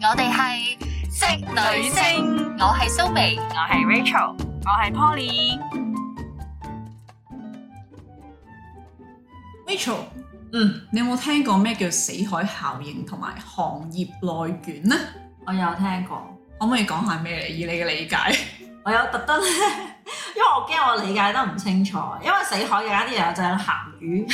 我哋係職女聲我係蘇眉，我係 Rachel，我係 Poly。 Rachel，嗯，你有冇聽過咩叫死海效應同埋行業內卷呢？我有聽過，可唔可以講下咩嚟？以你嘅理解，我有特登咧， 因為我驚我理解得唔清楚，因為死海有一啲人就係鹹魚，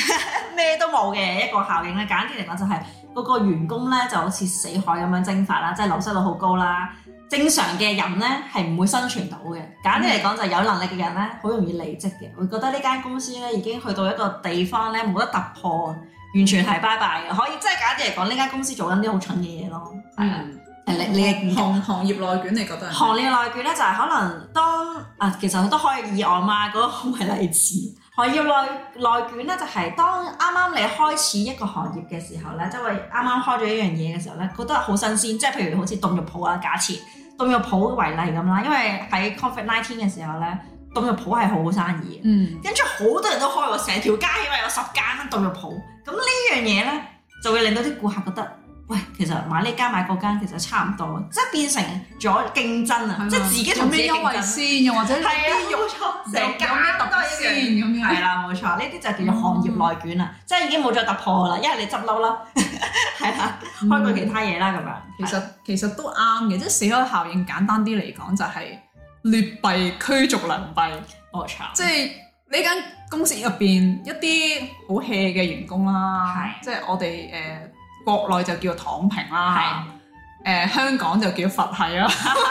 咩都冇嘅一個效應咧。簡單啲嚟講就係、嗰個員工咧就好似死海咁樣蒸發啦，即係流失率好高啦。正常嘅人咧係唔會生存到嘅。簡單啲嚟講就係有能力嘅人咧，好容易離職嘅，會覺得呢間公司咧已經去到一個地方咧冇得突破，完全係拜拜嘅。可以即係簡單啲嚟講，呢間公司做緊啲好蠢嘅嘢咯。係啊，嗯係你你嘅見解行行業內卷，你覺得係行業內卷咧就係可能當啊，其實都可以以我媽嗰個為例子。行業內內卷咧就係當啱啱你開始一個行業嘅時候咧，即係啱啱開咗一樣嘢嘅時候咧，覺得好新鮮，即係譬如好似凍肉鋪啊，假設凍肉鋪為例咁啦，因為喺 Covid nineteen 嘅時候咧，凍肉鋪係好好生意嘅。嗯跟住好多人都開喎，成條街起碼有十間凍肉鋪。咁呢樣嘢咧，就會令到啲顧客覺得，喂，其實買呢間買嗰間其實差唔多，即係變成咗競爭啊，即係自己有同自己咩優競惠爭。先，又或者係你啊啲，肉冇錯，有成有間咩特都別係先一樣。咁樣？係啦，冇錯，呢啲就叫做行業內卷啊啦，嗯即係已經冇再突破啦，一係你執笠啦，係啦，嗯開過其他嘢啦咁樣。其實其實都啱嘅，即係死海效應簡單啲嚟講就係劣幣驅逐良幣。冇錯，即係呢間公司入邊一啲好 hea 嘅員工啦，係即係我哋誒、呃、國內就叫躺平啊啦，誒、香港就叫佛 系啦，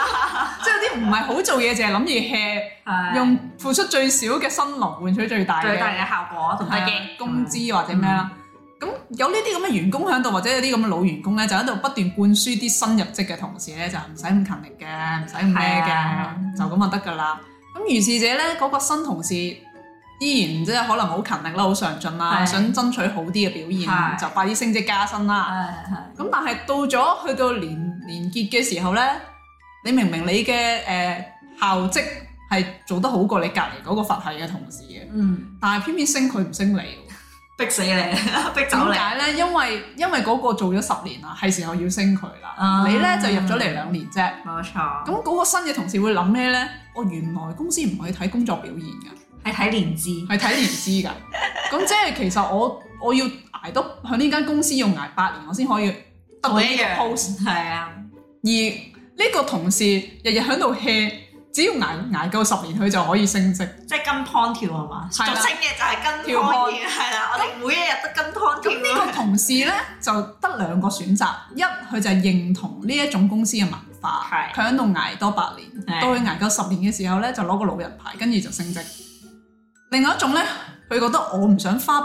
即係有啲唔係好做嘢，淨係諗住 hea，係用付出最少嘅辛勞換取最大最大嘅嘅效果同埋係啊嘅工資或者咩啦。嗯咁有呢啲咁嘅員工喺度，或者有啲咁嘅老員工咧，就喺度不斷灌輸啲新入職嘅同事咧，就唔使咁勤力嘅，唔使咁咩係啊嘅，就咁就得㗎啦。咁如是者咧，嗰、個新同事依然即係可能好勤力啦，好上進啦，係想爭取好啲嘅表現，係就快啲升職加薪啦。係係。咁但係到咗去到年年結嘅時候咧，你明明你嘅誒、呃效績係做得好過你隔離嗰個佛系嘅同事嘅，嗯，但係偏偏升佢唔升你喎。逼死你， 逼走點你。解咧？因為因為嗰個做咗十年啦，係時候要升佢啦。啊你咧就入咗嚟兩年啫。冇錯，咁嗰個新嘅同事會諗咩咧？我原來公司唔係睇工作表現㗎，係睇年資，係睇年資 㗎。咁即係其實我我要捱多喺呢間公司要捱八年，我先可以得到呢個 post。係啊，而呢個同事日日喺度 hea，只要捱捱夠十年，佢就可以升職。即係跟湯跳係嘛？俗係啦稱嘅就係跟跳湯湯嘅，係啦，我哋每一日都跟湯咁跳啊呢個咯。同事咧就得兩個選擇，一佢就係認同呢一種公司嘅文化，係佢喺度捱多八年，係到佢捱夠十年嘅時候咧，就攞個老人牌，跟住就升職。另外一種咧，佢覺得我唔想花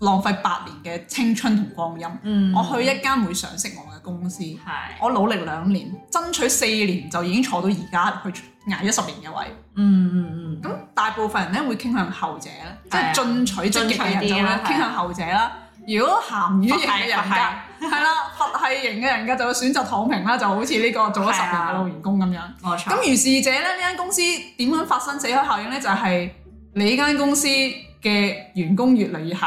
浪費八年嘅青春同光陰，嗯我去一間會賞識我嘅公司，係，我努力兩年，爭取四年就已經坐到而家去捱咗十年嘅位。嗯嗯嗯，咁大部分人咧會傾向後者咧，即係啊係進取積極嘅人就進取啲會啦係啊傾向後者啦。如果鹹魚型嘅人佛系格係啦，佛系型嘅人格就會選擇躺平啦，就好似呢個做啊咗十年嘅老員工咁樣。冇錯。咁如是者咧，呢間公司點樣發生死海效應咧？就係、你間公司嘅員工越嚟越鹹，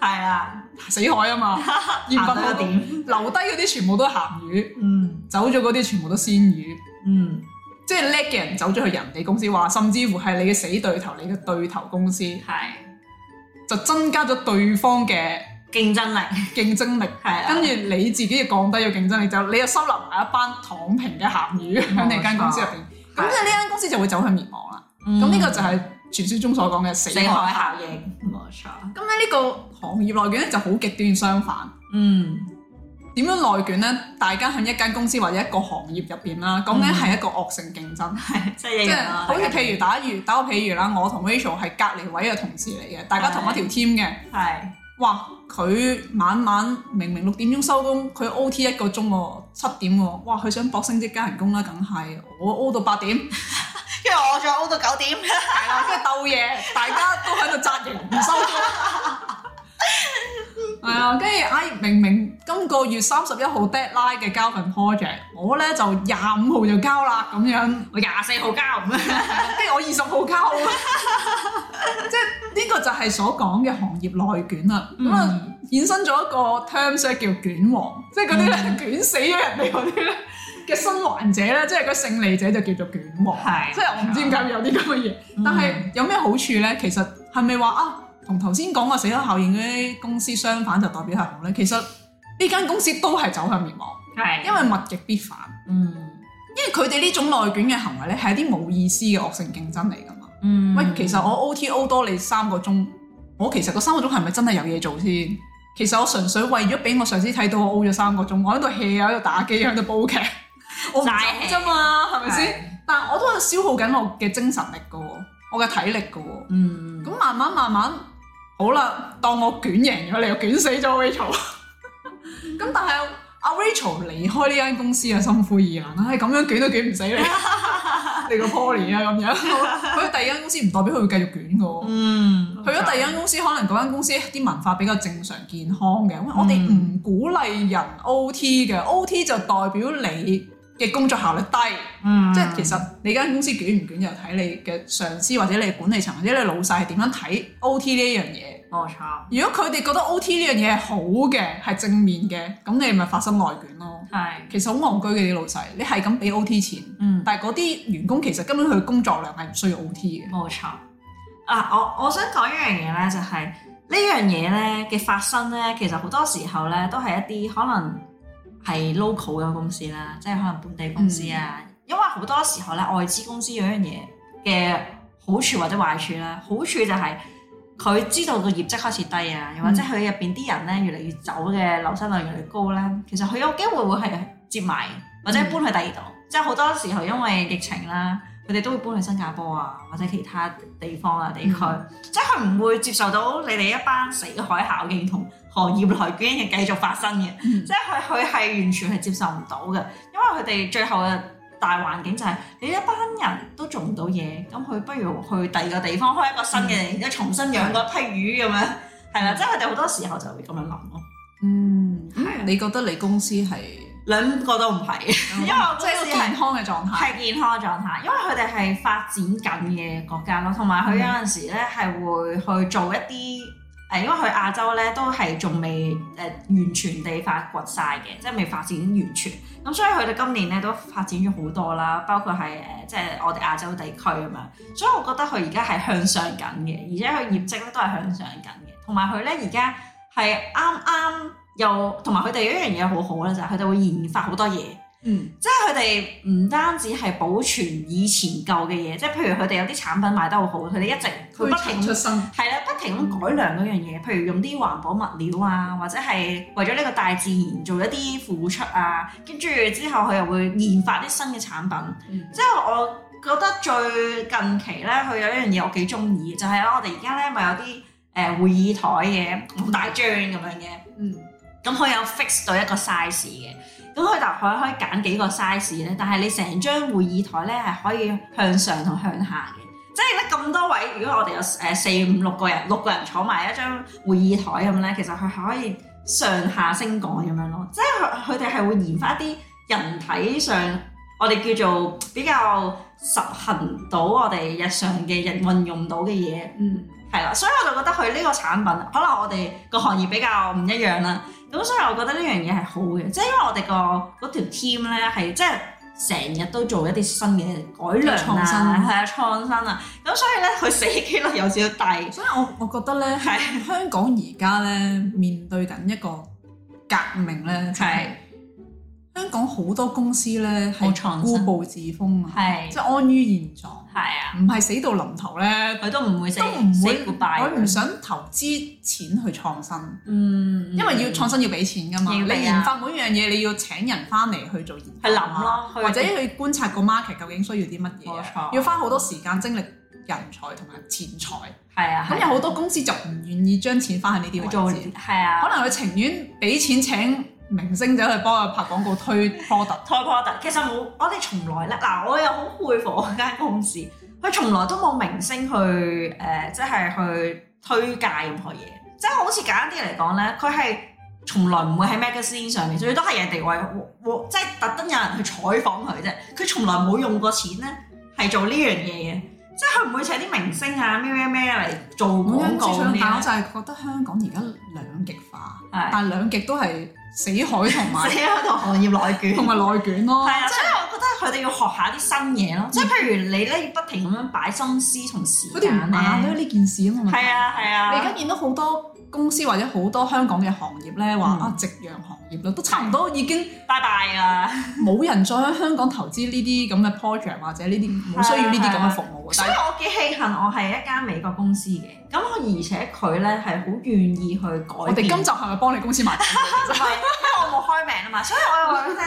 係啦，死海 啊嘛，鹽行分到好一點，點，留低嗰啲全部都係鹹魚，嗯走咗嗰啲全部都鮮魚。嗯，即係叻嘅人走咗去人哋公司話，甚至乎係你嘅死對頭，你嘅對頭公司嗯係就增加咗對方嘅競爭力，競爭力，係啦，跟住你自己又降低咗競爭力，就你又收留埋一班躺平嘅鹹魚冇喺你間公司入邊，錯咁即係呢間公司就會走向滅亡啦。嗯咁呢個就係傳説中所講嘅死死海海效效應。應，冇錯。咁咧呢個行業內卷咧就好極端相反。嗯，點樣內卷咧？大家喺一間公司或者一個行業入邊啦，講緊嗯係一個惡性競爭。係即係一即樣啊係啦。好似譬如打魚打個譬如啦，我同 Rachel 係隔離位嘅同事嚟嘅，大家同一條 team 嘅。係哇！佢晚晚明明六點鐘收工，佢 O T 一個鐘喎，七點喎。哇！佢想搏升職加人工啦，梗係我 O 到八點，因為我仲 O 到九點，係啦，跟住鬥嘢，大家都喺度扎營唔收工。係啊，跟住唉，明明今個月三十一號 deadline 嘅交份 project，我咧就廿五號就交啦咁樣。我廿四號交咁樣，跟住我二十號交，啊即係呢個就係所講嘅行業內卷啦。咁啊、衍生咗一個 terms 咧叫卷王，即係嗰啲咧卷死咗人哋嗰啲咧嘅生還者咧，即係嗰勝利者就叫做卷王。係 嗯即係我唔知點解會有啲咁嘅嘢，但係有咩好處咧？其實係咪話啊，同頭先講話死海效應嗰啲公司相反就代表係好咧？其實呢間公司都係走向滅亡，係因為物極必反。嗯因為佢哋呢種內卷嘅行為咧，係一啲冇意思嘅惡性競爭嚟㗎嘛。嗯喂，其實我 OTO 多你三個鐘，我其實嗰三個鐘係咪真係有嘢做先？其實我純粹為咗俾我上司睇到我 O 咗三個鐘，我喺度 hea 啊喺度打機，喺度煲劇， 我唔齋 hea 走啫嘛，係咪先？但我都係消耗緊我嘅精神力㗎喎，我嘅體力㗎喎。嗯咁慢慢慢慢，好啦，當我捲贏咗你，我捲死咗 Rachel。咁但係阿 Rachel 離開呢間公司啊，心灰意冷啦，係咁樣捲都捲唔死你， 你個 Poly 啊咁樣。佢去第二間公司唔代表佢會繼續捲噶喎。嗯，去咗第二間公司，可能嗰間公司啲文化比較正常健康嘅，因為我哋唔鼓勵人 OT 嘅，OT 就代表你嘅工作效率低。嗯，即係其實你間公司捲唔捲就睇你嘅上司或者你管理層或者你老細係點樣睇 OT 呢樣嘢。冇錯，如果佢哋覺得 OT 呢樣嘢係好嘅，係正面嘅，咁你咪發生內卷咯。係其實好戇居嘅啲老細，你係咁俾 OT 錢，嗯但係嗰啲員工其實根本佢工作量係唔需要 OT 嘅。冇錯。啊，我我想講一樣嘢咧，就係呢樣嘢咧嘅發生咧，其實好多時候咧都係一啲可能係 local 嘅公司啦，即係可能本地公司啊。因為好多時候咧，外資公司有一樣嘢嘅好處或者壞處啦，好處就係佢知道個業績開始低啊，又或者佢入邊啲人咧越嚟越走嘅流失率越嚟越高咧，其實佢有機會會係接埋或者搬去第二度，即係好多時候因為疫情啦，佢哋都會搬去新加坡啊或者其他地方啊地區，即係佢唔會接受到你哋一班死海效應同行業內卷嘅繼續發生嘅，嗯即係佢佢係完全係接受唔到嘅，因為佢哋最後嘅。大環境就係、你一班人都做唔到嘢，咁佢不如去第二個地方開一個新嘅，然之後重新養嗰批魚咁樣，係啦，即係佢哋好多時候就會咁樣諗咯。嗯，係啊咁你覺得你公司係兩個都唔係，因為我公即係一司個係健康嘅狀態？係健康狀態，因為佢哋係發展緊嘅國家咯，同埋佢有陣時咧係會去做一啲誒，因為佢亞洲咧都係仲未誒完全地發掘晒嘅，即係未發展完全。咁所以佢哋今年咧都發展咗好多啦，包括係誒即係我哋亞洲地區咁樣。所以我覺得佢而家係向上緊嘅，而且佢業績咧都係向上緊嘅，同埋佢咧而家係啱啱又同埋佢哋有一樣嘢好好咧，就係佢哋會研發好多嘢。嗯即係佢哋唔單止係保存以前舊嘅嘢，即係譬如佢哋有啲產品賣得好好，佢哋一直佢不停出生，係啦，不停咁改良嗰樣嘢，譬如用啲環保物料啊，或者係為咗呢個大自然做一啲付出啊，跟住之後佢又會研發啲新嘅產品。嗯即係我覺得最近期咧，佢有一樣嘢我幾中意，就係、啊我哋而家咧咪有啲誒、呃、會議台嘅好大張咁樣嘅。嗯咁佢有 fix 到一個 size 嘅，咁佢大概可以揀幾個 size 咧，但係你成張會議台咧係可以向上同向下嘅，即係咧咁多位，如果我哋有誒四五六個人，六個人坐埋一張會議台咁咧，其實佢係可以上下升降咁樣咯，即係佢佢哋係會研發一啲人體上我哋叫做比較實行到我哋日常嘅人運用到嘅嘢。嗯。係啦，所以我就覺得佢呢個產品，可能我哋個行業比較唔一樣啦。咁所以我覺得呢樣嘢係好嘅，即係因為我哋個嗰條 team 咧係即係成日都做一啲新嘅改良創啊，新係啊創新啊。咁所以咧，佢死機率有少少低。所以我我覺得咧，係香港而家咧面對緊一個革命咧，就係、香港好多公司咧冇係創固新步自封啊，係即係安於現狀，係啊，唔係死到臨頭咧，佢都唔會死都唔死會， goodbye 佢唔想投資錢去創新，嗯，因為要創新要俾錢噶嘛，要你俾啊研發每樣嘢你要請人翻嚟去做研去發諗啊，咯，去或者去觀察個 market 究竟需要啲乜嘢冇啊，錯要花好多時間精力、人才同埋錢財。係啊，咁有好多公司就唔願意將錢花喺呢去啲做位置，係啊，可能佢情願俾錢請明星仔去幫佢拍廣告推 product。 Toy Product 其實冇，我哋從來咧嗱，我又好佩服我間公司，佢從來都冇明星去誒、呃即係去推介任何嘢。即係好似簡單啲嚟講咧，佢係從來唔會喺 magazine 上面，最多係人哋為即係特登有人去採訪佢啫。佢從來冇用過錢咧，係做呢樣嘢嘅，即係佢唔會請啲明星啊咩咩咩嚟做咁廣樣告啊之呢上，但我就係覺得香港而家兩極化，係但兩極都係死海 同死埋喺度行業內卷。同埋內卷咯係。嗯啊，所以我覺得佢哋要學下啲新嘢咯，即係譬如你咧要不停咁樣擺心思同時佢哋唔間眼咧。咧呢件事啊嘛。係啊係啊，你而家見到好多公司或者好多香港嘅行業咧，話嗯啊夕陽行業啦，都差唔多已經拜拜啊！冇人再喺香港投資呢啲咁嘅 project 或者呢啲冇需要呢啲咁嘅服務嘅。所以但係我幾慶幸我係一間美國公司嘅，咁我而且佢咧係好願意去改變。我哋今集係咪幫你公司賣廣告唔係，因為我冇開名啊嘛，所以我又話俾你聽，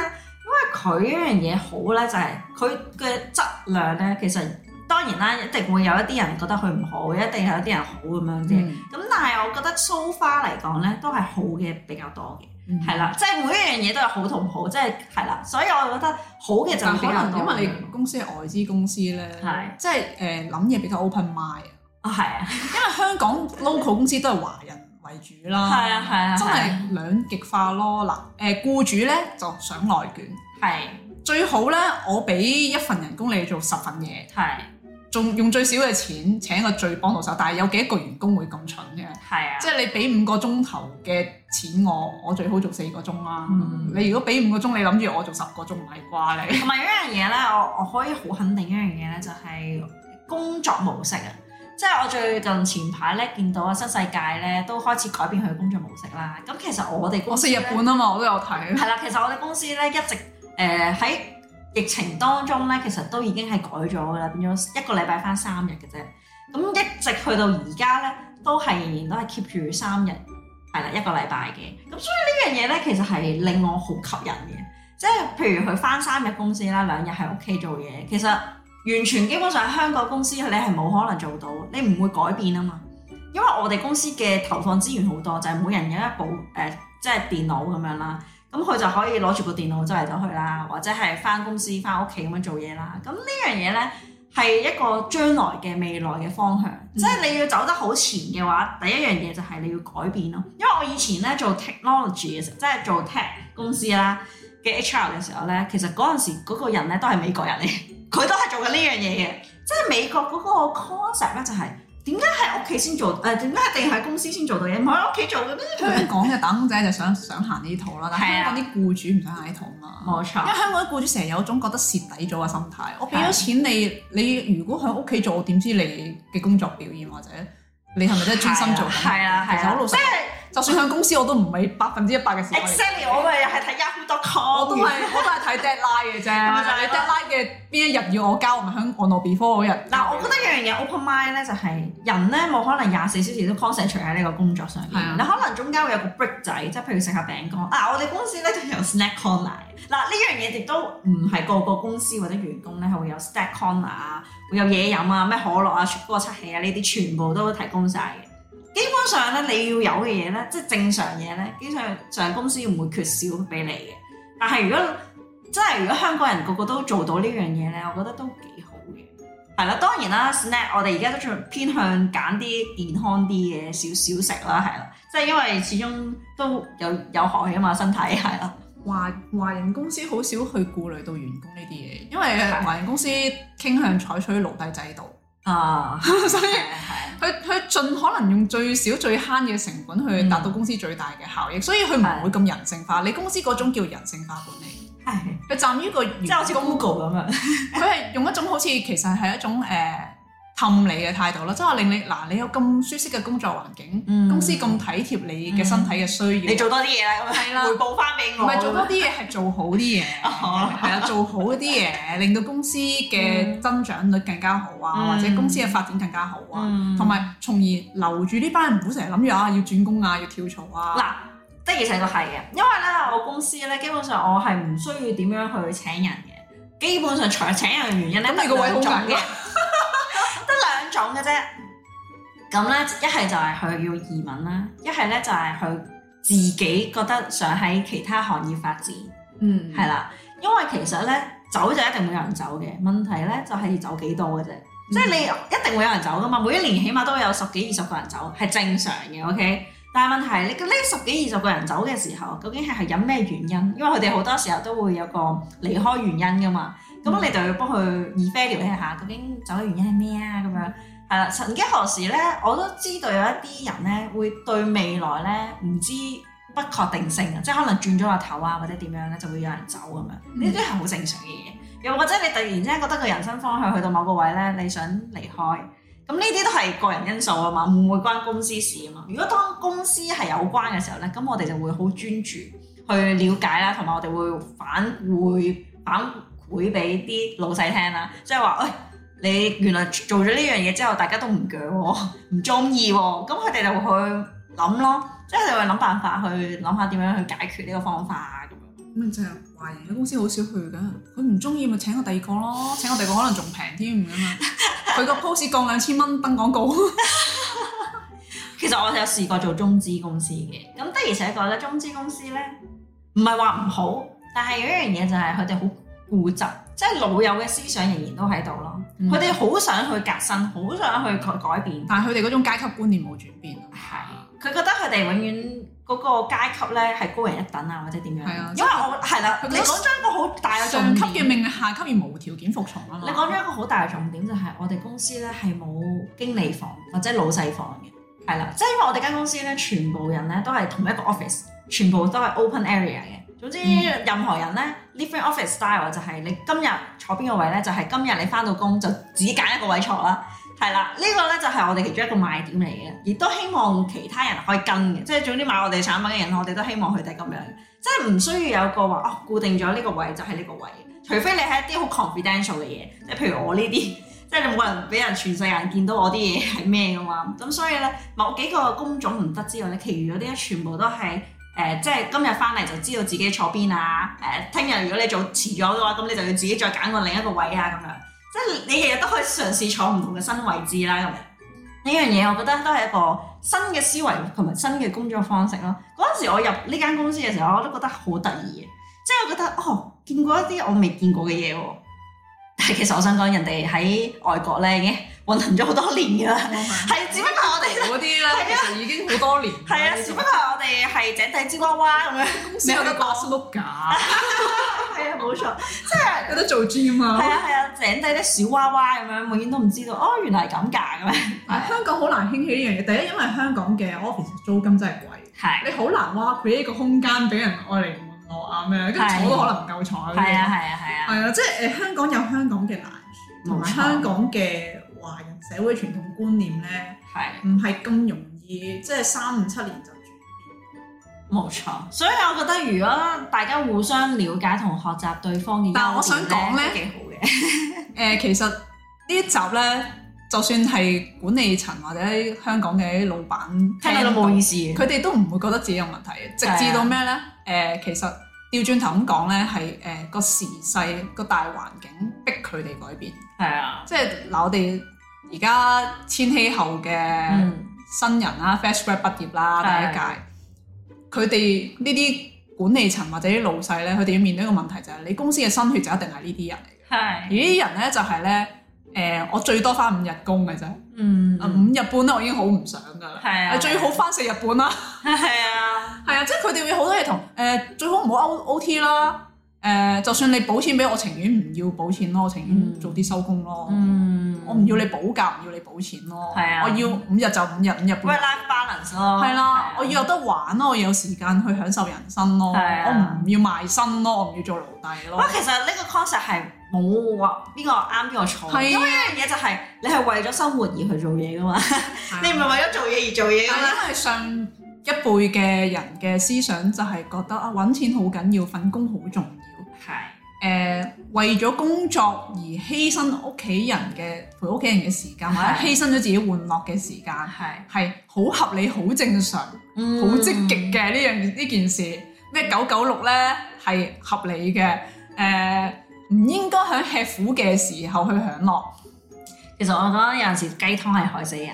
因為佢呢樣嘢好咧，就係佢嘅質量咧，其實當然啦，一定會有一啲人覺得佢唔好，一定有一啲人好咁樣啫？嘅。咁、但係我覺得 so far 嚟講咧，都係好嘅比較多嘅，嗯係啦，即係每一樣嘢都有好同唔好，即係係啦，所以我覺得好嘅就但會可比較能多。因為你公司係外資公司咧，係即係誒諗嘢比較 open mind 啊。啊係啊因為香港 local 公司都係華人為主啦，係啊係啊，真係兩極化咯。嗱，誒僱主咧就想內卷，係最好咧我俾一份人工你做十份嘢，係仲用最少嘅錢請個最幫到手，但係有幾多個員工會咁蠢嘅？係啊即。係你俾五個鐘頭嘅錢我，我最好做四個鐘啦。嗯啊你如果俾五個鐘，你諗住我做十個鐘唔係啩 你？同埋有一樣嘢咧，我我可以好肯定一樣嘢咧，就係工作模式啊！即係我最近前排咧見到啊新世界咧都開始改變佢嘅工作模式啦。咁其實我哋我公司四日咧半啊嘛，我都有睇。係啦，其實我哋公司咧一直誒喺、疫情當中咧，其實都已經係改咗㗎啦，變咗一個禮拜翻三日嘅啫。咁一直去到而家咧，都係仍然都係 keep 住三日，係啦一個禮拜嘅。咁所以呢樣嘢咧，其實係令我好吸引嘅。即係譬如佢翻三日公司啦，兩日喺屋企做嘢，其實完全基本上香港公司你係冇可能做到，你唔會改變啊嘛。因為我哋公司嘅投放資源好多，就係、每人有一部誒、呃即係電腦咁樣啦。咁佢就可以攞住個電腦周圍走去啦，或者係翻公司、翻屋企咁樣做嘢啦。咁呢樣嘢呢，係一個將來嘅未來嘅方向，即係你要走得好前嘅話，第一樣嘢就係你要改變咯。因為我以前呢做 technology 嘅時候，即係做 tech 公司啦嘅 HR 嘅時候呢，其實嗰陣時嗰個人呢都係美國人嚟， 佢都係做緊呢樣嘢嘅。即係美國嗰個 concept 呢，就係點解喺屋企先做，誒點解一定要喺公司先做到嘢，唔可以喺屋企做嘅咩？香港嘅打工仔就想想行呢套啦，但係係啊香港啲僱主唔想行呢套啊嘛。冇錯因為香港啲僱主成日有種覺得蝕底咗嘅心態，我俾咗錢你，你如果喺屋企做，我點知你嘅工作表現或者你係咪真係專心做緊？係啊係啊其實好老實即，係。就算喺公司我都唔係百分之一百嘅時候嚟做 exactly 我咪又係睇 Yahoo.com，我都係我都係睇 deadline 嘅啫，咪就係咯啊你 deadline 嘅邊一日要我交，我咪響 on or before 嗰日。嗱，我覺得一樣嘢 open mind 咧，就係人咧冇可能廿四小時都 concentrate 喺呢個工作上面係啊，你可能中間會有個 break 仔，即係譬如食下餅乾。啊，我哋公司咧就有 snack corner。嗱，呢樣嘢亦都唔係個個公司或者員工咧係會有 snack corner 啊，會有嘢飲啊，咩可樂啊、雪糕、七喜啊呢啲全部都提供晒嘅。基本上咧，你要有嘅嘢咧，即係正常嘢咧，基本上上公司唔會缺少俾你嘅。但係如果真係如果香港人個個都做到呢樣嘢咧，我覺得都幾好嘅。係啦，當然啦，snack 我哋而家都仲偏向揀啲健康啲嘅少少食啦，係啦，即係因為始終都有有害啊嘛，身體係啦，華華人公司好少去顧慮到員工呢啲嘢，因為係華人公司傾向採取奴隸制度，啊， 所以係啊佢佢盡可能用最少最慳嘅成本嗯去達到公司最大嘅效益，所以佢唔會咁人性化。你公司嗰種叫人性化管理，係啊，係佢站於個員即係好似工 Google 咁樣，佢係用一種好似其實係一種誒氹、你嘅態度啦，即係話令你嗱，你有咁舒適嘅工作環境，嗯公司咁體貼你嘅身體嘅需要，你做多啲嘢啦，咁係樣啦回報翻俾唔我，係做多啲嘢係做好啲嘢， 哦係啊，做好啲嘢，令到公司嘅增長率更加好啊，嗯或者公司嘅發展更加好啊，嗯同埋從而留住呢班人，唔好成日諗住啊要轉工啊，要跳槽啊，嗱，的而且確係嘅，因為咧我公司咧基本上我係唔需要點樣去請人嘅，基本上除咗請人嘅原因咧，咁你個位好得兩種緊嘅， 得兩種嘅啫。咁咧一係就係佢要移民啦，一係咧就係佢自己覺得想喺其他行業發展，嗯係啦、因為其實咧走就一定會有人走嘅，問題咧就係走幾多嘅啫。即係你一定會有人走噶嘛，每一年起碼都有十幾二十個人走，係正常嘅，OK。但係問題，你呢十幾二十個人走嘅時候，究竟係係因咩原因？因為佢哋好多時候都會有個離開原因噶嘛。咁嗯你就要幫佢 evaluate 一下，究竟走嘅原因係咩啊？咁樣係啦。曾經何時咧，我都知道有一啲人咧會對未來咧唔知不確定性啊，即係可能轉咗個頭啊，或者點樣咧就會有人走咁樣。呢啲係好正常嘅嘢。又或者你突然之間覺得個人生方向去到某個位咧，你想離開。咁呢啲都係個人因素啊嘛，唔會關公司事啊嘛。如果當公司係有關嘅時候咧，咁我哋就會好專注去了解啦，同埋我哋會反會反饋俾啲老細聽啦，即係話，喂、你原來做咗呢樣嘢之後，大家都唔鋸喎，唔中意喎，咁佢哋就會去諗咯，即係佢哋會諗辦法去諗下點樣去解決呢個方法啊咁樣。咪就係華人嘅公司好少去㗎，佢唔中意咪請個第二個咯，請個第二個可能仲平添 咁啊！佢個 post 降兩千蚊登廣告，其實我有試過做中資公司嘅，咁的而且確咧，中資公司咧唔係話唔好，但係有一樣嘢就係佢哋好固執，即係老友嘅思想仍然都喺度咯。嗯佢哋好想去革新，好想去改改變，但係佢哋嗰種階級觀念冇轉變。係佢覺得佢哋永遠嗰個階級咧係高人一等啊，或者點樣？係啊因為我係啦，佢你覺得講咗一個好大嘅啊上級重嘅點。命令，下級而無條件服從啊嘛。你講咗一個好大嘅重點就係我哋公司咧係冇經理房或者老細房嘅，係啦，即係因為我哋間公司咧全部人咧都係同一個 office，全部都係 open area 嘅。總之嗯任何人咧 different office style 就係你今日坐邊個位咧，就係今日你翻到工就只揀一個位坐啦。係啦，呢個咧就係我哋其中一個賣點嚟嘅，亦都希望其他人可以跟嘅，即係總之買我哋產品嘅人，我哋都希望佢哋咁樣，即係唔需要有個話哦固定咗呢個位就係呢個位，除非你係一啲好 confidential 嘅嘢，即係譬如我呢啲， 即係你冇人俾人全世界人見到我啲嘢係咩噶嘛，咁所以咧某幾個工種唔得之外咧，其餘嗰啲咧全部都係。誒、即係今日翻嚟就知道自己坐邊啊！誒、聽日如果你早遲咗嘅話，咁你就要自己再揀個另一個位啊咁樣。即係你日日都可以嘗試坐唔同嘅新位置啦，咁樣呢樣嘢我覺得都係一個新嘅思維同埋新嘅工作方式咯。嗰陣時我入呢間公司嘅時候，我都覺得好得意嘅，即係我覺得哦，見過一啲我未見過嘅嘢喎。但係其實我想講，人哋喺外國咧已經運行咗好多年㗎 啦，係只不過我哋嗰啲咧，其實已經好多年。啊係啊，只不過我哋係井底之蛙蛙咁樣，公司有得打 s l o 㗎，係啊，冇錯。有得做 gym 啊係。啊係啊，井底啲小娃娃咁樣，永遠都唔知道哦，原來係咁㗎咁樣。啊香港好難興起呢樣嘢，第一因為香港嘅 office 租金真係貴，係你好難哇 create 個空間俾人愛嚟玩樂啊咩，跟係住坐都可能唔夠坐。係啊係啊係啊。係啊，即係誒香港有香港嘅難處，同埋冇錯香港嘅華人社會傳統觀念咧，係唔係咁容易，即係三五七年就轉變。冇錯，所以我覺得如果大家互相了解同學習對方嘅優點咧，但我想講呢都幾好嘅， 誒、其實呢一集咧，就算係管理層或者香港嘅啲老闆聽到都冇意思嘅。佢哋都唔會覺得自己有問題嘅，直係啊至到咩咧？誒、其實調轉頭咁講咧，係誒個時勢個大環境逼佢哋改變，係啊，即係嗱，我哋而家千禧後嘅嗯，新人啦、f r e s h grad 畢業啦，第一屆，佢哋呢啲管理層或者啲老細咧，佢哋要面對一個問題就係、你公司嘅新血就一定係呢啲人嚟嘅，而係，呢啲人咧就係、咧。誒、我最多翻五日工嘅啫，嗯，五日半咧我已經好唔想噶啦，係啊最好翻四日半啦。係啊，係啊， 即係佢哋會好多嘢同誒，最好唔好 O O T 啦。誒、就算你補錢俾我，我情願唔要補錢咯，我情願嗯早啲收工咯。嗯，我唔要你補假，唔要你補錢咯。係啊我要五日就五日，五日半。 work-life balance 咯，係啦，我係啊要有得玩咯，我要有時間去享受人生咯。係啊我唔要賣身咯，我唔要做奴隸咯哇，。其實呢個 concept 係冇話邊個啱邊個錯，係啊因為一樣嘢就係你係為咗生活而去做嘢噶嘛，你唔啊係啊係為咗做嘢而做嘢噶但嘛。係因為上一輩嘅人嘅思想就係覺得啊，揾錢好緊要，份工好重要。係誒、為咗工作而犧牲屋企人嘅陪屋企人嘅時間，或者係犧牲咗自己玩樂嘅時間，係，係好合理、好正常、啊好好積嗯極嘅呢樣呢件事。咩九九六咧係合理嘅，誒、唔應該喺吃苦嘅時候去享樂。其實我覺得有陣時雞湯係害死 人，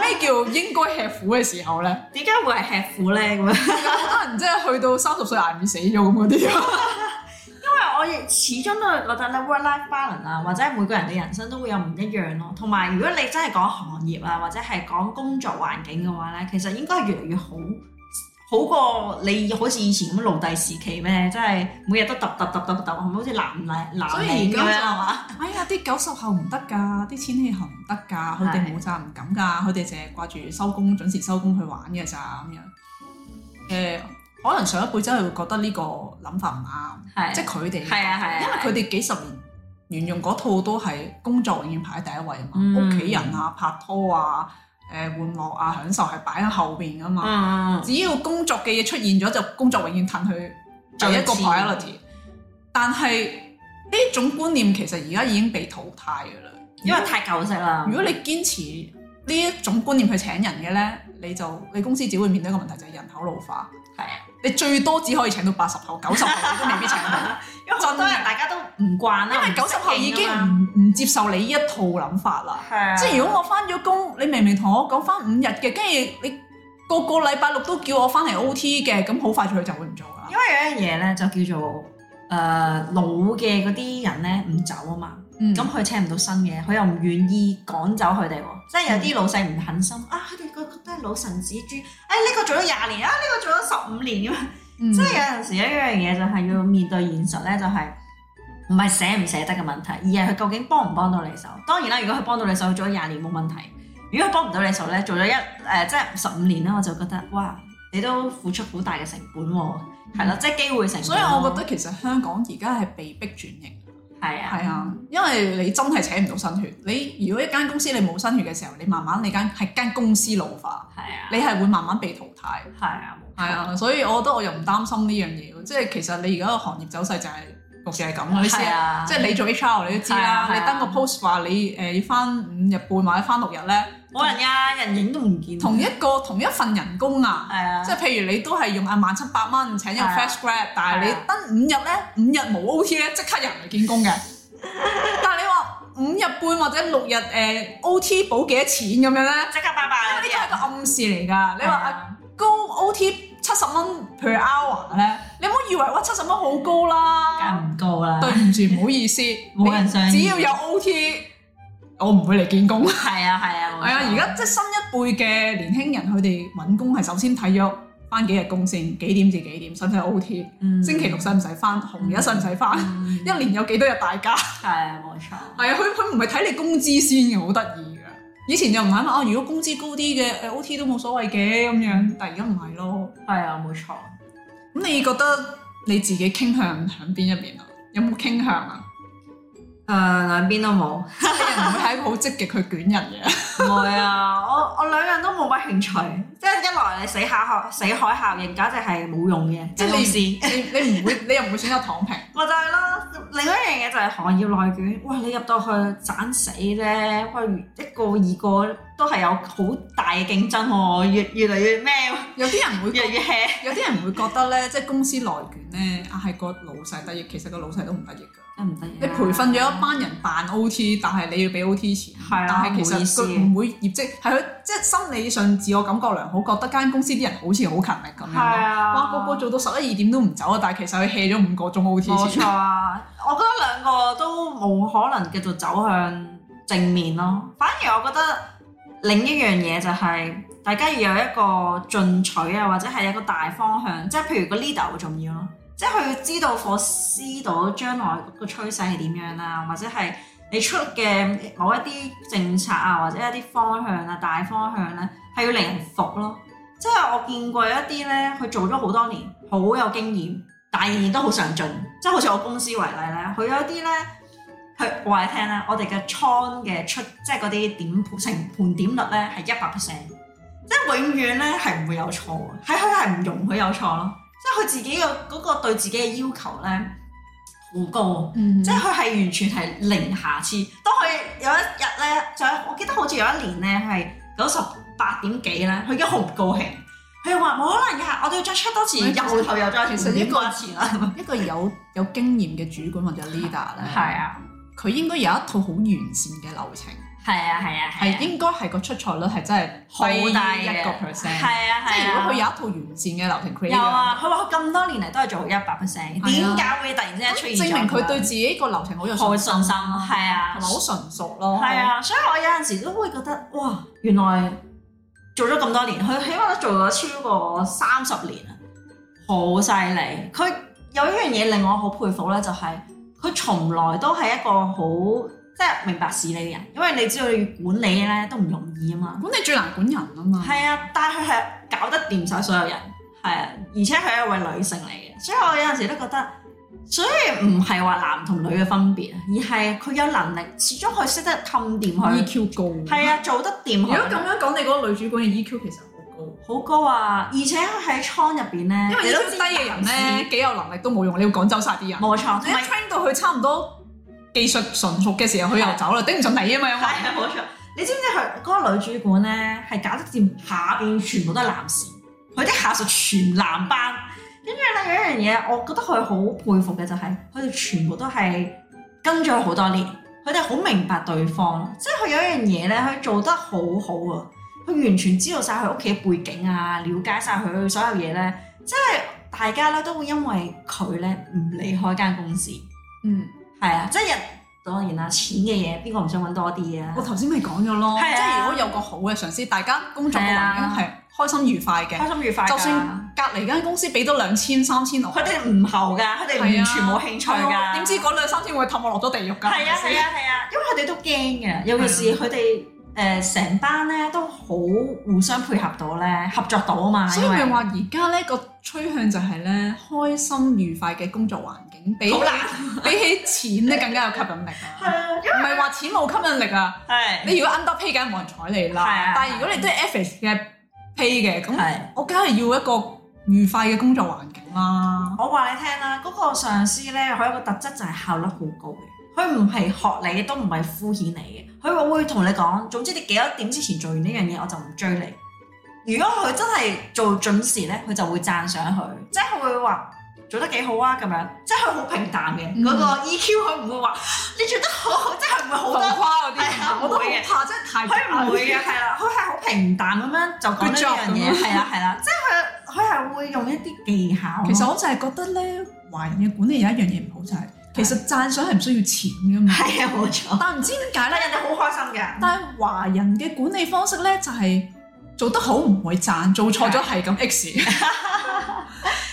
咩叫應該吃苦嘅時候咧？點解會係吃苦咧咁樣？可能即係去到三十歲捱唔死咗咁嗰啲咯。為我亦始終都係覺得咧 work-life balance 啊，或者每個人嘅人生都會有唔一樣咯。同埋如果你真係講行業啊，或者係講工作環境嘅話咧，其實應該係越嚟越好，好過你好似以前咁奴隸時期咩？真係每日都揼揼揼揼揼，係咪好似男奶男 所以領咁而樣家就係嘛？哎呀，啲九十後唔得㗎，啲千禧後唔得㗎，佢哋冇責任感㗎，佢哋淨係掛住收工準時收工去玩嘅咋咁樣。誒、可能上一輩真係會覺得呢個諗法唔啱，係即係佢哋，係啊係啊因為佢哋幾十年沿用嗰套都係工作永遠排喺第一位啊嘛，嗯屋企、人啊、拍拖啊、誒、玩樂啊、享受係擺喺後邊㗎嘛。嗯只要工作嘅嘢出現咗，就工作永遠褪去第一最個前 priority。但係呢種觀念其實而家已經被淘汰㗎啦。因為太舊式啦。嗯如果你堅持呢一種觀念去請人嘅咧，你就你公司只會面對一個問題就係人口老化。 係啊，你最多只可以請到八十後、九十後，你都未必請到，因為好多人大家都唔慣啦，因為九十後已唔適經應㗎啊嘛唔唔嗯接受你呢一套諗法啦。係啊，即係如果我翻咗工，你明明同我講翻五日嘅，跟住你個個禮拜六都叫我翻嚟 O T 嘅，咁好快佢就會唔做㗎啦。因為有一樣嘢咧，就叫做誒、呃老嘅嗰啲人咧唔走啊嘛，嗯咁佢請唔到新嘅，佢又唔願意趕走佢哋喎，即係有啲老細唔狠心啊，佢哋個個都係老臣子豬，誒、呢、個做咗廿年啊，呢、個做咗十五年咁樣，嗯即係有陣時一樣嘢就係要面對現實咧，就係唔係捨唔捨得嘅問題，而係佢究竟幫唔幫到你手。當然啦，如果佢幫到你手，佢做咗廿年冇問題；如果佢幫唔到你手咧，做咗一誒、呃即係 十五年咧，我就覺得哇，你都付出好大嘅成本喎、係啦，即係啊機會成本。所以我覺得其實香港而家係被逼轉型，得係啊，係啊，因為你真係請唔到新血。你如果一間公司你冇新血嘅時候，你慢慢你間係間公司老化，係啊，你係會慢慢被淘汰。係啊，冇錯係，啊，所以我覺得我又唔擔心呢樣嘢喎。即係其實你而家個行業走勢就係局勢係咁啦。你試係下啊，即係你做 HR 你都知係啦啊，係你啊登個 post 話你誒要翻五日半或者翻六日咧，冇人呀，人影都唔見。同一個同一份人工啊，嗯係啊，即係譬如你都係用啊萬七百蚊請一個係啊 fresh grad，但係你係啊登五日咧，五日冇 OT 咧，即刻入嚟 見工嘅。但係你話五日半或者六日誒 OT 補幾多錢咁樣咧，呢即刻拜拜嗰個啲係人一個暗示嚟㗎。你話係啊啊高 OT 七十蚊 per hour 咧，你唔好以為哇七十蚊好高啦。梗唔高啦，對唔住，唔好意思，冇人想你只要有 OT，我唔會嚟見工。係啊係啊，冇錯係啊，而家即係新一輩嘅年輕人，佢哋揾工係首先睇咗翻幾日工先，幾點至幾點，使唔使 O T？嗯星期六使唔使翻？紅日使唔使翻？嗯一年有幾多日大假？係係啊冇錯。啊，佢佢唔係睇你工資先嘅，好得意嘅。以前就唔係啊嘛，哦，如果工資高啲嘅，誒 O T 都冇所謂嘅咁樣，但係而家唔係咯。係啊，冇錯。咁你覺得你自己傾向響邊一邊啊？有冇傾 向啊？誒、呃兩邊都冇，即係人唔會係一個好積極去捲人 嘅。唔會啊！ 我我兩樣都冇乜興趣，即係一來你死下學死海效應，簡直係冇用嘅，即即係係你公司。你你唔會，你又唔會選擇躺平。咪就係咯，另一樣嘢就係行業內卷。哇！你入到去斬死咧，喂一個二個都係有好大嘅競爭喎，越越嚟越咩，有啲人會越嚟越 hea。有啲人會覺得咧，即係公司內卷咧，啊係個老細得益，其實個老細都唔得益㗎。梗唔得你培訓咗一班人扮 OT，但係你要俾 OT 錢，係啊但係其冇意實思佢唔會業績，係佢即係心理上自我感覺良好，覺得間公司啲人好似好勤力係咁樣。啊，哇！個個做到十一二點都唔走啊，但係其實佢 hea 咗五個鐘 OT 冇錢錯。啊！我覺得兩個都冇可能繼續走向正面咯。反而我覺得另一樣嘢就係、大家要有一個進取啊，或者係一個大方向，即係譬如個 leader 好重要咯，即係佢要知道 foresee 到將來個趨勢係點樣啦，或者係你出嘅某一啲政策啊，或者一啲方向啊、大方向咧，係要令人服咯。即係我見過一啲咧，佢做咗好多年，好有經驗，但係仍然都好上進。即係好似我公司為例咧，佢有啲咧，佢話你聽咧，我哋嘅倉嘅出即係嗰啲點盤成盤點率咧係一百 percent，即係永遠咧係唔會有錯嘅，係佢係唔容許有錯咯。即係佢自己嘅嗰、個對自己嘅要求咧好高。 嗯即係佢係完全係零瑕疵。當佢有一日咧，就係我記得好似有一年咧係九十八點幾咧，佢已經好唔高興。佢又話冇可能㗎，我哋要再出多次，唔係其實由頭 又再其實呢呢個個一次 啦。一個有有經驗嘅主管或者 leader 咧，係啊，佢應該有一套好完善嘅流程。係啊係啊係係啊，應該係個出錯率係真係好低大嘅一個 percent。係啊即係啊。係如果佢有一套完善嘅流程 create 有嘅，啊，佢話佢咁多年嚟都係啊做一百 percent，點解會突然之間出現咗證明佢對自己個流程好有好信信心，係啊同埋，好純熟咯。係，啊，所以我有陣時都會覺得哇，原來做咗咁多年，佢起碼都做咗超過三十年啊，好犀利！佢有一樣嘢令我好佩服咧，就係佢從來都係一個好即係明白事理嘅人，因為你知道你要管理咧都唔容易啊嘛。管理最難管人啊嘛。係啊，但係佢係搞得掂晒所有人，係啊，而且佢係一位女性嚟嘅，所以我有陣時都覺得，所以唔係話男同女嘅分別啊，而係佢有能力，始終佢識得氹掂佢， EQ E 高。啊係啊，做得掂如果佢。咁樣講，你嗰個女主管嘅 EQ 其實好高。好高啊！而且佢喺倉入邊咧，因為啊你你都知都低嘅人男咧，幾有能力都冇用，你要趕走晒啲人士，。冇錯，同你一埋 train 到佢差唔多技術純熟嘅時候，佢又走啦，頂唔順你啊嘛，因係啊，冇錯。你知唔知佢嗰個女主管咧係搞得掂下邊全部都係男士，佢啲下屬全男班。跟住咧有一樣嘢，我覺得佢好佩服嘅就係佢哋全部都係跟咗佢好多年，佢哋好明白對方咯。即係佢有一樣嘢咧，佢做得好好啊！佢完全知道晒佢屋企背景啊，了解晒佢所有嘢咧，即係大家咧都會因為佢咧唔離開間公司。嗯，係啊，即係人當然啦，錢嘅嘢邊個唔想揾多啲啊我？頭先咪講咗咯，係啊啊即係如果有個好嘅上司，大家工作嘅環境係開心愉快嘅，開心愉快㗎，就算隔離間公司俾多兩千三千我，佢哋唔後㗎，佢哋完係啊全冇興趣係啊㗎。點知嗰兩三千會氹我落咗地獄㗎？係啊咪係先啊啊係啊，因為佢哋都驚嘅，尤其是佢哋誒成班咧都好互相配合到咧，合作到啊嘛。所以因為咪話而家咧個趨向就係咧開心愉快嘅工作環境，比好起難 比起錢咧更加有吸引力啊！係啊，唔係話錢冇吸引力啊！係你如果 underpay 梗係冇人睬你係啊啦，但係如果你都係 average 嘅 pay 嘅，咁係。我梗係要一個愉快嘅工作環境啦。我話你聽啦，嗰、個上司咧，佢有個特質就係效率好高嘅。佢唔係學你，亦都唔係敷衍你嘅。佢會同你講，總之你幾多點之前做完呢樣嘢，我就唔追你。如果佢真係做準時咧，佢就會讚賞佢，即係佢會話做得幾好啊咁樣，即係佢好平淡嘅嗯嗰、個 EQ，佢唔會話你做得好好，即係佢唔會好浮多誇，嗰係啊啲，我都好怕，真係太假佢唔會嘅，係啦，佢係好平淡咁樣就講呢 Good job 樣嘢，係啦係啦，即係佢佢係會用一啲技巧咯。其實我就係覺得咧，華人嘅管理有一樣嘢唔好就係，其實讚賞係唔需要錢㗎嘛。係啊，冇錯。但唔知點解係啦，咧，啊人哋好開心嘅。但係華人嘅管理方式咧就係、做得好唔會讚，做錯咗係咁 X。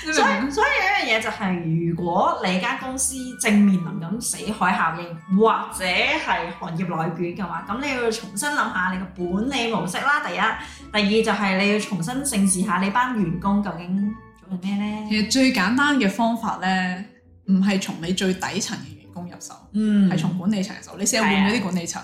你明所唔明以所以有一樣嘢就係、如果你間公司正面臨緊死海效應，或者係行業內卷嘅話，咁你要重新諗下你嘅管理模式啦。第一，第二就係你要重新正視下你班員工究竟做緊咩咧。其實最簡單嘅方法咧，唔係從你最底層嘅員工入手，嗯係從管理層入手。你試下換咗啲管理層，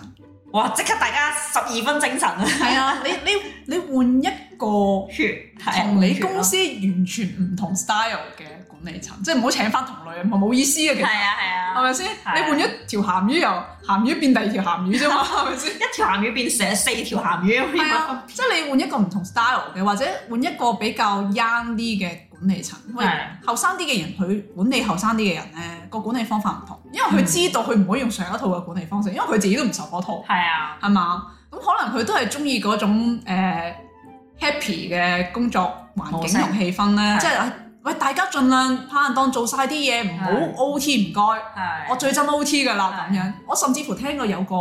哇！即刻大家十二分精神啊，係啊，你你你換一個血係啊同你公司完全唔同 style 嘅管理層，即係唔好請翻同類，冇冇意思嘅，其係實啊係係啊，咪先？啊你換一條鹹魚由鹹魚變第二條鹹魚啫嘛，係咪先？一條鹹魚變成四條鹹魚係啊，即係你換一個唔同 style 嘅，或者換一個比較 young 啲嘅管理層，因為係後生啲嘅人佢管理後生啲嘅人咧，個管理方法唔同，因為佢知道佢唔可以用上一套嘅管理方式，因為佢自己都唔受嗰套，係啊，係嘛？咁可能佢都係中意嗰種、呃、happy 嘅工作環境同氣氛咧，模式即係喂大家盡量拍硬檔做晒啲嘢，唔係好 OT 唔該。係我最憎 OT 㗎啦係咁樣。我甚至乎聽過有個，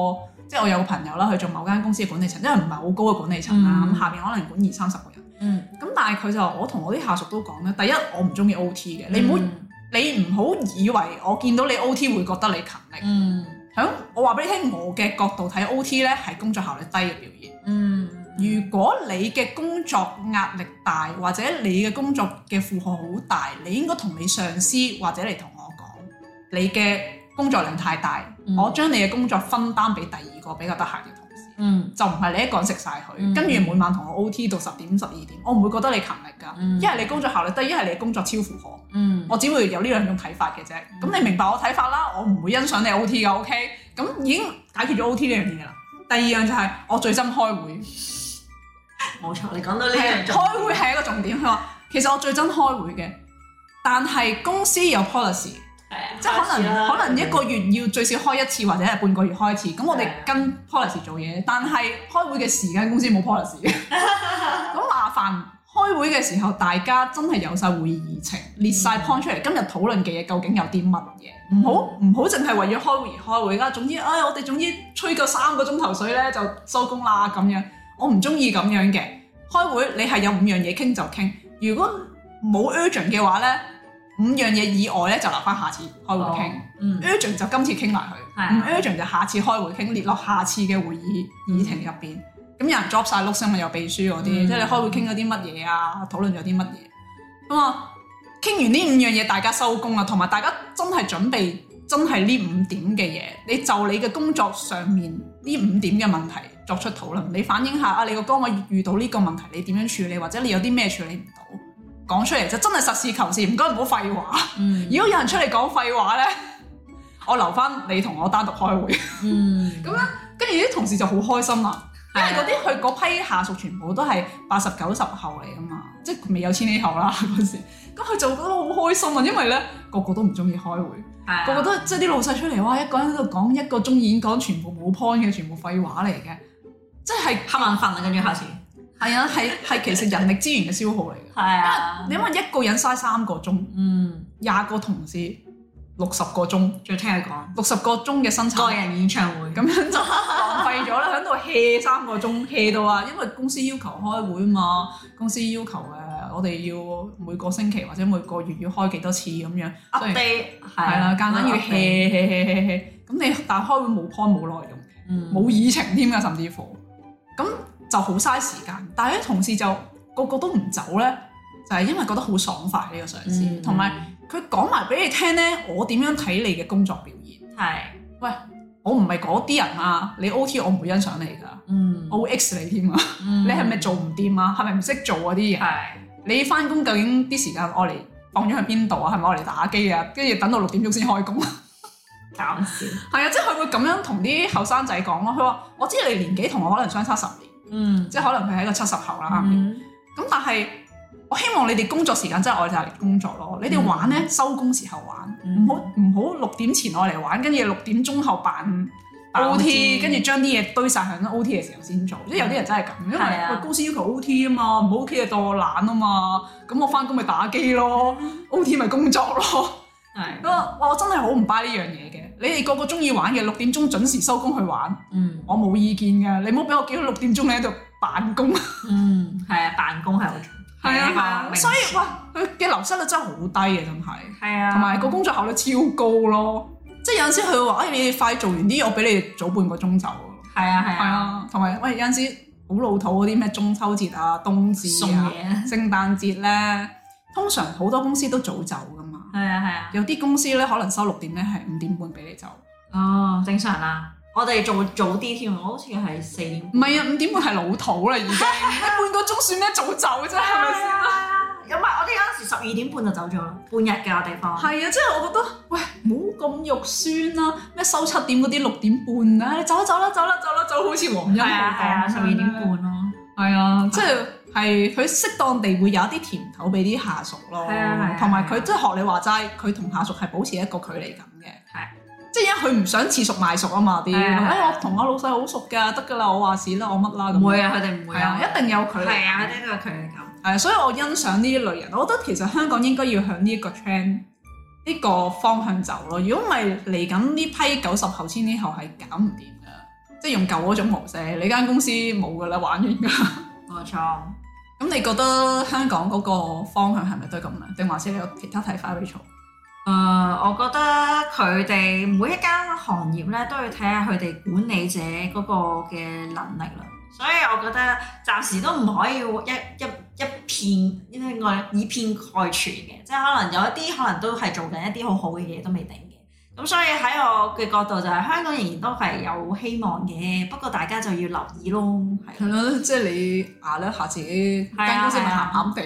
即係我有個朋友啦，佢做某間公司嘅管理層，因為唔係好高嘅管理層啦，嗯咁下面可能管二三十個人。嗯，咁但係佢就我同我啲下屬都講咧，第一我唔中意嗯 OT 嘅，你唔好你唔好以為我見到你 OT 會覺得你勤力。嗯響我話俾你聽，我嘅角度睇 OT 咧係工作效率低嘅表現。嗯如果你嘅工作壓力大，或者你嘅工作嘅負荷好大，你應該同你上司或者你同我講，你嘅工作量太大，嗯我將你嘅工作分擔俾第二個比較得閒嘅同事，嗯。就唔係你一個人食晒佢，嗯跟住每晚同我 OT 到十點十二點，我唔會覺得你勤力㗎，嗯一係你工作效率低，一係你工作超負荷，嗯，我只會有呢兩種睇法嘅啫。嗯咁你明白我睇法啦，我唔會欣賞你 OT 㗎，OK？咁已經解決咗 OT 呢樣嘢啦。第二樣就係我最憎開會。冇錯，你講到呢係啊樣開會係一個重點。佢話其實我最憎開會嘅，但係公司有 policy，係啊，即係可下次啦能可能一個月要最少開一次，或者係半個月開一次。咁我係哋啊跟 policy 做嘢，但係開會嘅時間公司冇 policy 嘅，咁麻煩。開會嘅時候，大家真係有晒會議議程，列晒嗯 point 出嚟，今日討論嘅嘢究竟有啲乜嘢？唔好嗯唔好淨係為咗開會而開會啦。總之，唉、哎我哋總之吹夠三個鐘頭水咧，就收工啦咁樣。我唔中意咁樣嘅。開會你係有五樣嘢傾就傾，如果冇 urgent 嘅話咧，五樣嘢以外咧就留翻下次開會傾。嗯 urgent 就今次傾埋佢，係唔 urgent 就下次開會傾，列落下次嘅會議議程入邊。咁有人 drop 晒碌聲咪有秘書嗰啲，嗯即係你開會傾咗啲乜嘢啊，討論咗啲乜嘢。咁啊，傾完呢五樣嘢，大家收工啦，同埋大家真係準備真係呢五點嘅嘢，你就你嘅工作上面呢五點嘅問題作出討論，你反映下啊，你個崗位遇到呢個問題，你點樣處理，或者你有啲咩處理唔到，講出嚟就真係實事求是，唔該唔好廢話。嗯如果有人出嚟講廢話咧，我留翻你同我單獨開會。嗯，咁樣跟住啲同事就好開心啦，因為係啊嗰啲佢嗰批下屬全部都係八十九十後嚟噶嘛，即係未有千禧後啦 嗰時。咁佢就覺得好開心啊，因為咧個個都唔中意開會，係啊個個都即係啲老細出嚟，哎哇一個人喺度講一個鐘演講，全部冇 point 嘅，全部廢話嚟嘅，即係黑眼瞓啊啦，跟住下次係啊係係其實人力資源嘅消耗嚟嘅。係啊，你諗下一個人嘥三個鐘，嗯，廿個同事六十個鐘。再聽你講六十個鐘嘅生個產，人演唱會咁樣就 浪費咗啦，喺度 hea 三個鐘 hea 到啊！因為公司要求開會嘛，公司要求誒呃我哋要每個星期或者每個月要開幾多次咁樣，所以 update 係啊係啦，間間要 update hea hea hea hea hea，咁你但係開會冇 point 冇內容，嗯冇議程添㗎，甚至乎咁就好嘥時間。但係啲同事就個個都唔走咧，就係因為覺得好爽快呢個上司，嗯同埋佢講埋俾你聽咧，我點樣睇你嘅工作表現。係我唔係嗰啲人啊，你 O T 我唔會欣賞你㗎，嗯，我會 X 你添啊！嗯你係咪做唔掂啊？係咪唔識做嗰啲嘢？係你翻工究竟啲時間我嚟放咗去邊度啊？係咪我嚟打機啊？跟住等到六點鐘先開工？啊搞笑？係啊，即係佢會咁樣同啲後生仔講咯。佢話：我知你年紀同我可能相差十年，嗯即係可能佢係一個七十後啦。咁、嗯但係我希望你哋工作時間真係我哋嚟工作咯。你哋玩咧，收工時候玩，嗯唔好唔好六點前我嚟玩，跟住六點鐘後扮扮 O T， OT 跟住將啲嘢堆晒喺 O T 嘅時候先做。即係有啲人真係咁，因為嗯係啊喂公司要求 O T 啊嘛，唔 O T 就當我懶啊嘛，咁我翻工咪打機咯，O 嗯 T 咪工作咯。係咁啊我真係好唔 buy 呢樣嘢嘅。你哋個個中意玩嘅六點鐘準時收工去玩，嗯我冇意見㗎。你唔好俾我見到六點鐘你喺度辦公。嗯係啊，辦公係好重要，係係一個啊，名所以哇，佢嘅流失率真係好低嘅，真係，係啊，同埋個工作效率超高咯。即係有陣時佢話：，哎，你哋快做完啲，我俾你哋早半個鐘走。係啊係係啊，啊，同埋喂有陣時好老土嗰啲咩中秋節啊、冬至送啊、嘢啊聖誕節咧，通常好多公司都早走噶嘛。係啊係啊。有啲公司咧可能收六點咧係五點半俾你走，哦，正常啦。我哋做早啲添，啊我好似係四點。唔係啊，五點半係老土啦已 經，半個鐘算咩早走啫， 係咪先？啊，咁啊，我哋有陣時十二點半就走咗啦，半日嘅我哋放。係啊，即係我覺得，喂，唔好咁肉酸啦、咩收七點嗰啲六點半啊，你走啦走啦走啦走啦走，好似黃係欣啊係啊，十二點半。咯。係啊，即係係佢適當地會有一啲甜頭俾啲下屬咯，係啊係啊同埋佢即係學你話齋，佢同下屬係保持一個距離感嘅。係即係因為佢唔想似熟賣熟啊嘛啲，係啊係啊哎我同我老細好熟㗎，得㗎啦，我話事啦，我乜啦唔咁。會啊，佢哋唔會係啊，啊，一定有距離。係啊，佢哋都有距離感。誒，所以我欣賞呢一類人，我覺得其實香港應該要向呢一個 trend 呢個方向走咯。如果唔係嚟緊呢批九十後、千禧後係搞唔掂嘅，即係用舊嗰種模式，你間公司冇噶啦，玩完噶啦。冇錯。 咁你覺得香港嗰個方向係咪都係咁咧？定還是你有其他睇法？Rachel，誒、我覺得佢哋每一間行業咧都要睇下佢哋管理者嗰個嘅能力啦。所以我覺得暫時都唔可以一一一片應該以偏概全嘅，即係可能有一啲可能都係做緊一啲好好嘅嘢都未定嘅。咁所以喺我嘅角度就係、香港仍然都係有希望嘅，不過大家就要留意咯，係 係咯，即係你牙咧下自己係啊間公司咪係啊鹹鹹地，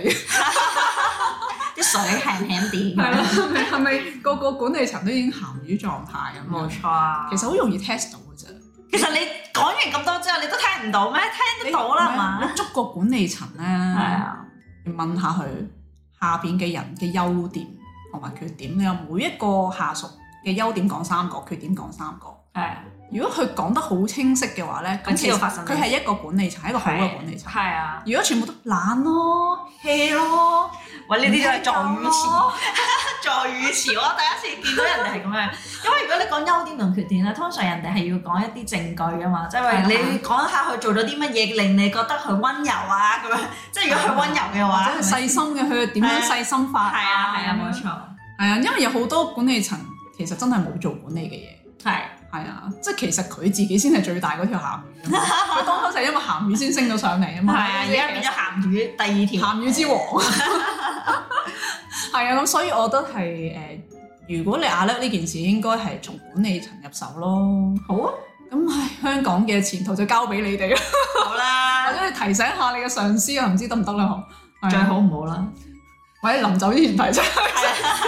啲水輕輕啲。 係咯，係咪係咪個個管理層都已經鹹魚狀態咁冇樣？錯啊。其實好容易 test 到嘅啫。其實你講完咁多之後，你都聽唔到咩？聽得到啦，係嘛？你捉個管理層咧，係啊。問下佢下邊嘅人嘅優點同埋缺點，你有每一個下屬嘅優點講三個，缺點講三個。係啊如果佢講得好清晰嘅話咧，咁佢知其道實發生咩佢係一個管理層，一個好嘅管理層。係啊，如果全部都懶咯、hea 咯，喂呢啲都係助唔語 聽話詞，咯，助語詞我第一次見到人哋係咁樣，因為如果你講優點同缺點咧，通常人哋係要講一啲證據啊嘛，即係話係啊你講下佢做咗啲乜嘢令你覺得佢温柔啊咁樣，即係如果佢温柔嘅話，或者係細心嘅，佢點樣細心係法？啊係啊冇錯，係啊，因為有好多管理層其實真係冇做管理嘅嘢。係係啊，即係其實佢自己先係最大嗰條鹹魚 啊嘛，佢當初就係因為鹹魚先升到上嚟啊係嘛，啊，而家變咗鹹魚第二條，鹹魚 之王。係啊，咁所以我覺得係誒、如果你壓叻呢件事，應該係從管理層入手咯。好啊，咁唉，香港嘅前途就交俾你哋啦，好啦 或。者你提醒下你嘅上司啊，唔知得唔得啦？嗬係啊啊最好唔好啦。或者臨走之前提醒。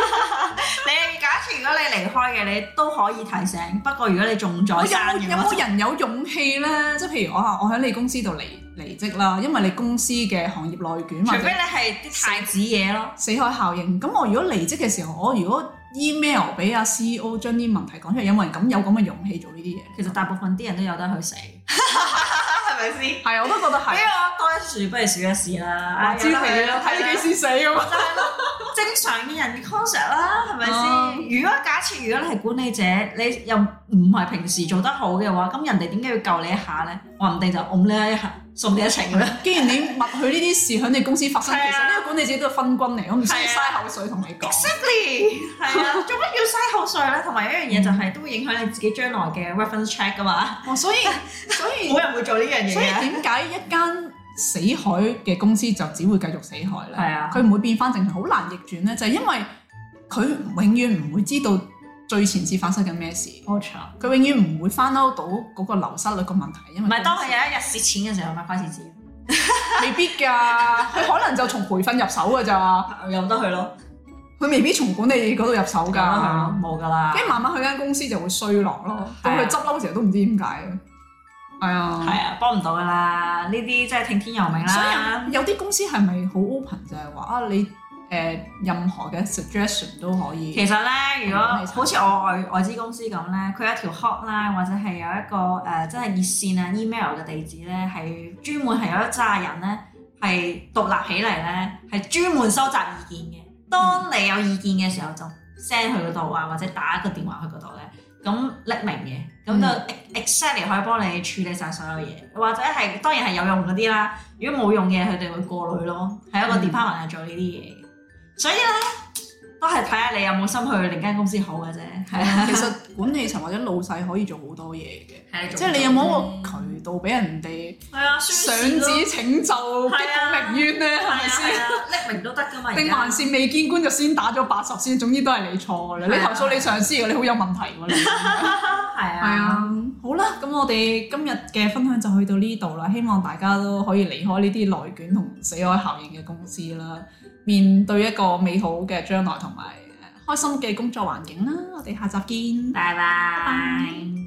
你假設如果你離開嘅，你都可以提醒。不過如果你仲在我有生冇嘅有話冇，人有勇氣咧？即係譬如我話我喺你公司度離離職啦，因為你公司嘅行業內卷除或非者你係啲太子嘢咯。死海效應。咁我如果離職嘅時候，我如果 email 俾阿 CEO 將啲問題講出嚟，有冇人咁有咁嘅勇氣做呢啲嘢？其實大部分啲人都有得去 死，係咪先？俾係，我都覺得係。啊我多一樹不如少一事啦。話唉知有得去你啦啦，睇你幾時死咁啊！正常嘅人嘅 concept 啦，係咪哦先？如果假設如果你係管理者，你又唔係平時做得好嘅話，咁人哋點解要救你一下咧？話唔定就擁你一下，送你一程咁樣。既然你默許呢啲事喺你公司發生，係啊其實呢個管理者都係昏君嚟，我唔需要係嘥啊口水同你講。 Exactly，係 啊，做乜要嘥口水咧？同埋一樣嘢就係都會影響你自己將來嘅 reference check 噶嘛，哦，所以所以冇人會做呢樣嘢啊所以嘅。點解一間死海嘅公司就只會繼續死海咧？係啊佢唔會變翻正常，好難逆轉咧，就係因為佢永遠唔會知道最前次發生緊咩事。冇錯，佢永遠唔會翻嬲到嗰個流失率個問題，因為唔係當佢有一日蝕錢嘅時候，咪開始 知，未必㗎，佢可能就從培訓入手㗎咋，啊由得佢咯，佢未必從管理嗰度入手由得佢咯㗎，，冇㗎啦跟，住慢慢佢間公司就會衰落咯，到係啊佢執笠嘅時候都唔知點解啊，係啊，係啊，幫唔到㗎啦，呢啲真係聽天由命所啦，以啊有啲公司係咪好 open 就係話啊你誒、呃任何嘅 suggestion 都可以，其實咧，如果好似我外外資公司咁咧，佢有一條 hotline 或者係有一個誒、呃真係熱線啊 email 嘅地址咧，係專門係有一扎人咧係獨立起嚟咧，係專門收集意見嘅。當你有意見嘅時候，就 send 去嗰度啊，或者打個電話去嗰度咧。咁匿名嘅，咁就嗯 exactly 可以幫你處理晒所有嘢，或者係當然係有用嗰啲啦。如果冇用嘅，佢哋會過濾咯，係一個嗯 department 係做呢啲嘢嘅。所以咧，都係睇下你有冇心去另一間公司好嘅啫。係啊，其實管理層或者老細可以做好多嘢嘅，係啊即係你有冇一個渠道俾人哋？係啊，想宣子示咯拯救係啊擊鼓鳴冤咧，係係啊咪係先？啊，匿名都得 噶嘛。而定家還是未見官就先打咗八十先，總之都係你錯嘅啦。係你啊投訴你上司嘅，你好有問題喎。你係係啊，啊，好啦，咁我哋今日嘅分享就去到呢度啦。希望大家都可以離開呢啲內卷同死海效應嘅公司啦，面對一個美好嘅將來同埋呃開心嘅工作環境啦。我哋下集見。拜拜。